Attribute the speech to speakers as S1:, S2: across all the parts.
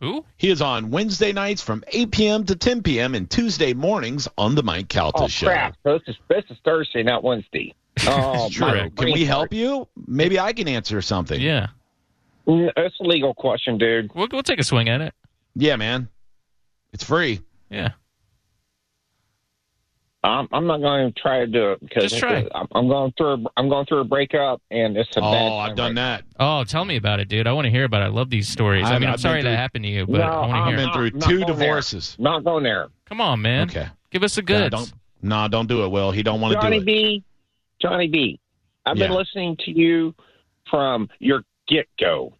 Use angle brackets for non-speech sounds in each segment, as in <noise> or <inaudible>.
S1: Who?
S2: He is on Wednesday nights from 8 p.m. to 10 p.m. and Tuesday mornings on the Mike Calta
S3: Oh
S2: Show.
S3: crap! So this is this is Thursday, not
S2: <laughs>
S3: Wednesday. Oh,
S2: Drew,
S3: my
S2: can
S3: brain
S2: we help you? Maybe I can answer something.
S1: Yeah.
S3: Mm, That's a legal question, dude.
S1: We'll, we'll take a swing at it.
S2: Yeah, man. It's free.
S1: Yeah.
S3: I'm, I'm not going to try to do it because
S1: Just try.
S3: I'm, I'm going through a, I'm going through a breakup and it's a
S2: oh,
S3: bad.
S2: I've done that.
S1: Oh, tell me about it, dude. I want to hear about it. I love these stories. i
S2: I've-
S1: mean, I'm
S2: I've been
S1: sorry that
S2: through-
S1: happened to you, but
S3: No,
S1: I want to
S3: I'm
S1: hear.
S2: I've been
S3: not-
S2: through
S3: not
S2: two
S3: going there.
S2: divorces.
S3: Not going there,
S1: Come on, man.
S2: Okay.
S1: Give us the
S2: Yeah,
S1: goods.
S2: don't, nah, don't do it, Will. He don't want to do
S3: Johnny
S2: it.
S3: B. Johnny B. I've been
S2: Yeah.
S3: listening to you from your get go,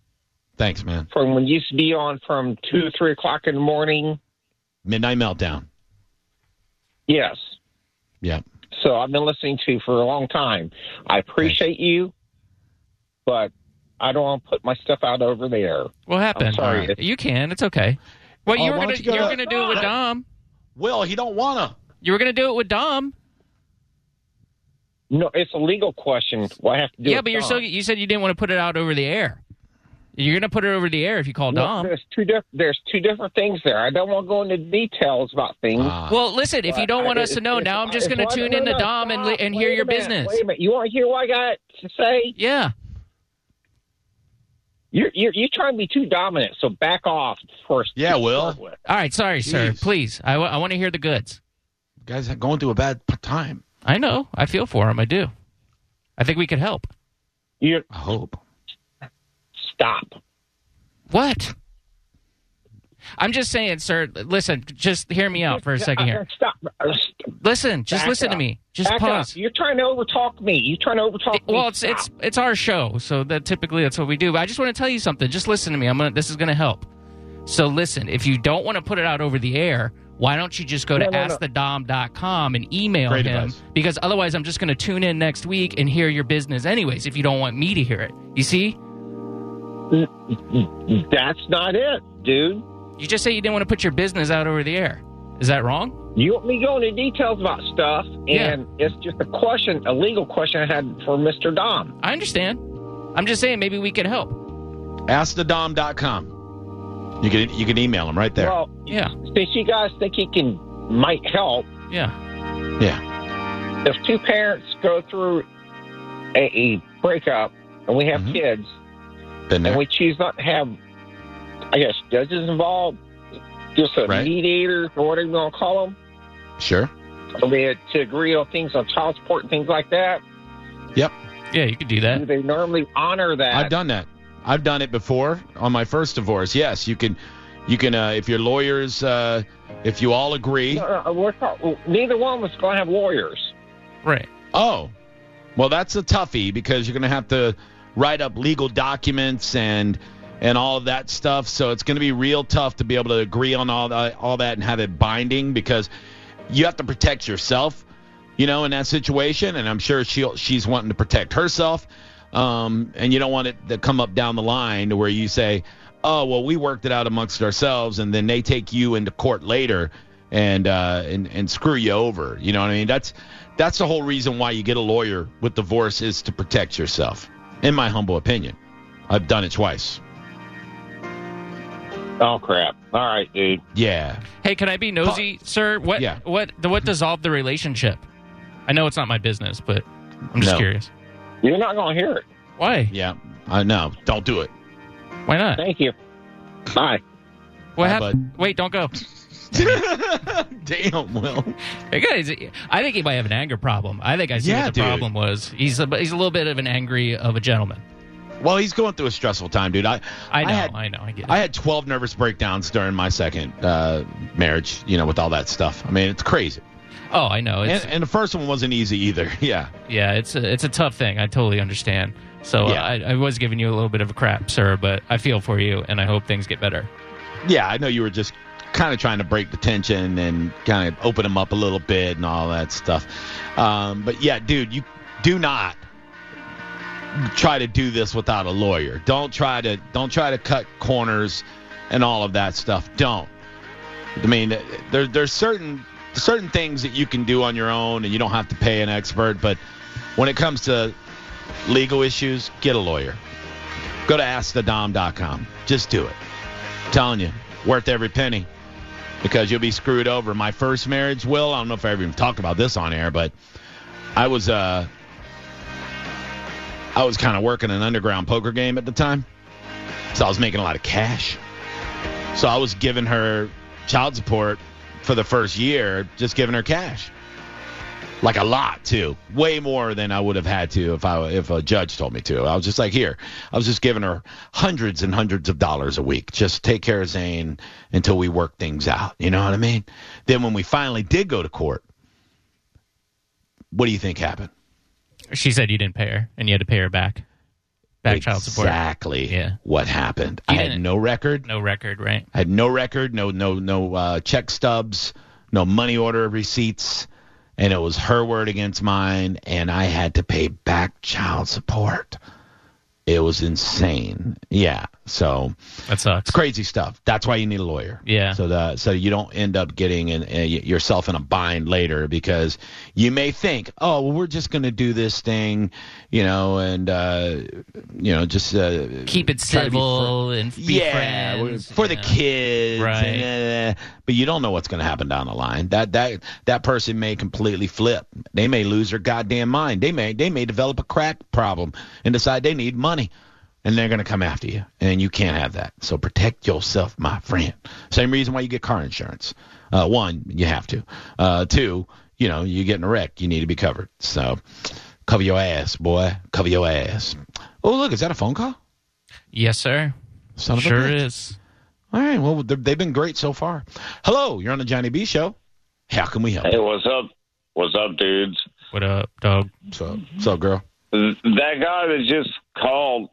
S2: Thanks, man.
S3: from when you used to be on from two three o'clock in the morning.
S2: Midnight Meltdown.
S3: Yes.
S2: Yeah.
S3: So I've been listening to you for a long time. I appreciate you, but I don't want to put my stuff out over there.
S1: What happened?
S3: I'm sorry.
S1: All right. You can. It's okay. Well,
S2: Oh,
S1: you were
S2: why don't
S1: gonna
S2: you
S1: you,
S2: go
S1: were
S2: to-
S1: gonna do it with Dom.
S2: Will, he don't want to.
S1: You were gonna do it with Dom.
S3: No, it's a legal question. Well, I have to do
S1: Yeah,
S3: it
S1: but you're
S3: done.
S1: so you said you didn't want to put it out over the air. You're gonna put it over the air if you call
S3: No,
S1: Dom.
S3: There's two diff- there's two different things there. I don't want to go into details about things.
S2: Uh,
S1: Well, listen, if you don't
S3: But
S1: want
S3: I-
S1: us to know
S3: it's-
S1: now, I'm just
S3: it's
S1: gonna
S3: like-
S1: tune
S3: no,
S1: in to
S3: no,
S1: Dom and li-
S3: stop.
S1: and hear
S3: Wait
S1: your
S3: a minute,
S1: business.
S3: Wait a minute. You want to hear what I got to say?
S1: Yeah.
S3: You're you're, you're trying to be too dominant, so back off first.
S2: Yeah,
S3: to
S2: Will.
S3: start with.
S1: All right. Sorry, sir.
S2: Jeez.
S1: Please, I want to hear the goods.
S2: Guys are going through a bad p- time.
S1: I know. I feel for him. I do. I think we could help.
S3: You
S2: I hope.
S3: stop.
S1: What? I'm just saying, sir. Listen, just hear me out for a
S3: <laughs>
S1: second here.
S3: Stop. Uh, st-
S1: Listen, just
S3: Back
S1: listen to
S3: up.
S1: me. Just
S3: back
S1: pause.
S3: up. You're trying to overtalk me. You're trying to overtalk me.
S1: well, it's
S3: Stop.
S1: it's it's our show, so that typically that's what we do. But I just want to tell you something. Just listen to me. I'm gonna. This is gonna help. So listen. If you don't want to put it out over the air, why don't you just go to
S3: No, no, no.
S1: askthedom.com and email
S2: Great
S1: him?
S2: advice.
S1: Because otherwise, I'm just gonna tune in next week and hear your business anyways. If you don't want me to hear it, you see.
S3: that's not it, dude.
S1: You just say you didn't want to put your business out over the air. Is that wrong?
S3: You want me going into details about stuff, and
S1: Yeah.
S3: it's just a question, a legal question I had for Mr. Dom.
S1: I understand. I'm just saying maybe we could help.
S2: AskTheDom.com. You can you can email him right there.
S3: Well,
S1: Yeah.
S3: since you guys think he can might help,
S1: Yeah.
S2: yeah.
S3: if two parents go through a, a breakup and we have
S2: Mhm.
S3: kids
S2: Been there.
S3: and we choose not to have, I guess, judges involved, just a
S2: Right.
S3: mediator or whatever you want to call them,
S2: sure.
S3: I mean, to agree on things on child support and things like that,
S1: Yeah. You could do
S3: do
S1: that.
S3: they normally honor that?
S2: I've done that. I've done it before on my first divorce. Yes, you can. You can uh, if your lawyers, uh, if you all agree.
S3: No, no, we're talk- neither one was going to have lawyers.
S1: Right.
S2: Oh, well, that's a toughie because you're going to have to write up legal documents and and all of that stuff. So it's going to be real tough to be able to agree on all that, all that and have it binding because you have to protect yourself, you know, in that situation. And I'm sure she will she's wanting to protect herself. Um, and you don't want it to come up down the line to where you say, "Oh, well, we worked it out amongst ourselves," and then they take you into court later and uh, and and screw you over. You know what I mean? That's that's the whole reason why you get a lawyer with divorce is to protect yourself. In my humble opinion, I've done it twice.
S3: Oh, crap. All right, dude.
S2: Yeah,
S1: Hey, can I be nosy, sir? What
S2: Yeah.
S1: what the, what dissolved the relationship? I know it's not my business, but I'm just
S2: No.
S1: curious.
S3: You're not going to hear it.
S1: Why?
S2: yeah. I know. Don't do it. <laughs>
S1: Why not?
S3: Thank you. Bye.
S1: What
S2: Bye,
S1: happened? Wait, don't go.
S2: Damn, Will.
S1: Hey, guys, I think he might have an anger problem. I think I see
S2: Yeah,
S1: what the
S2: dude.
S1: problem was. He's a, he's a little bit of an angry of a gentleman.
S2: Well, he's going through a stressful time, dude. I
S1: I know, I,
S2: had-
S1: know, I get it.
S2: I had 12 nervous breakdowns during my second uh, marriage, you know, with all that stuff. I mean, it's crazy.
S1: oh, I know. It's,
S2: And, and the first one wasn't easy either. <laughs> Yeah.
S1: yeah, it's a, it's a tough thing. I totally understand. So
S2: Yeah.
S1: I, I was giving you a little bit of a crap, sir, but I feel for you, and I hope things get better.
S2: Yeah, I know you were just kind of trying to break the tension and kind of open them up a little bit and all that stuff. Um, but yeah, dude, you do not try to do this without a lawyer. Don't try to don't try to cut corners and all of that stuff. Don't. I mean, there there's certain certain things that you can do on your own and you don't have to pay an expert, but when it comes to legal issues, get a lawyer. Go to askthedom.com. Just do it. telling you, worth every penny because you'll be screwed over. My first marriage, Will, I don't know if I ever even talked about this on air, but I was uh I was kind of working an underground poker game at the time. So I was making a lot of cash. So I was giving her child support for the first year, just giving her cash. Like a lot too, way more than I would have had to if I if a judge told me to. I was just like, here, I was just giving her hundreds and hundreds of dollars a week. Just take care of Zane until we work things out. You know what I mean? Then when we finally did go to court, what do you think happened?
S1: She said you didn't pay her, and you had to pay her back. Back child support.
S2: Exactly
S1: Yeah.
S2: what happened.
S1: You
S2: I had
S1: didn't-
S2: no record.
S1: No record, right?
S2: I had no record, no no no uh, check stubs, no money order receipts, and it was her word against mine, and I had to pay back child support. It was insane. Yeah, so
S1: That sucks.
S2: it's crazy stuff. That's why you need a lawyer.
S1: Yeah.
S2: So that so you don't end up getting in, uh, yourself in a bind later because you may think, oh, well, we're just going to do this thing, you know, and uh, you know, just uh,
S1: Keep it
S2: try to be
S1: civil and be
S2: yeah,
S1: friends,
S2: for the
S1: you know.
S2: kids,
S1: Right.
S2: and, uh, but you don't know what's going to happen down the line. That that that person may completely flip. They may lose their goddamn mind. They may they may develop a crack problem and decide they need money, and they're going to come after you. And you can't have that. So protect yourself, my friend. Same reason why you get car insurance. Uh, one, you have to. Uh, two, you know, you get in a wreck, you need to be covered. So cover your ass, boy. Cover your ass. Oh, look, is that a phone call?
S1: Yes, sir.
S2: Son of a
S1: Sure
S2: bitch.
S1: is.
S2: All right. Well, they're- they've been great so far. Hello, you're on the Johnny B Show. How can we help?
S4: Hey, what's up? What's up, dudes?
S1: What up, dog?
S2: What's up? What's up, girl?
S4: Th- That guy that just called,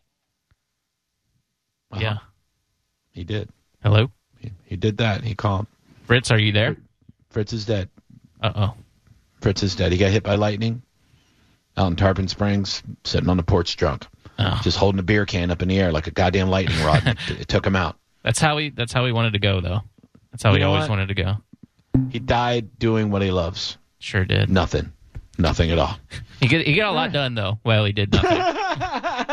S2: Uh-huh.
S1: Yeah.
S2: He did.
S1: Hello,
S2: He, he did that. He called.
S1: Fritz. Are you there?
S2: Fritz is dead.
S1: Uh oh.
S2: Fritz is dead. He got hit by lightning out in Tarpon Springs, sitting on the porch drunk,
S1: Oh,
S2: just holding a beer can up in the air like a goddamn lightning rod. it, it took him out.
S1: that's how we. That's how we wanted to go, though. That's how
S2: You
S1: we
S2: know
S1: always
S2: what?
S1: wanted to go.
S2: He died doing what he loves.
S1: Sure did.
S2: Nothing. Nothing at all.
S1: He get he got a lot done though. Well, he did nothing.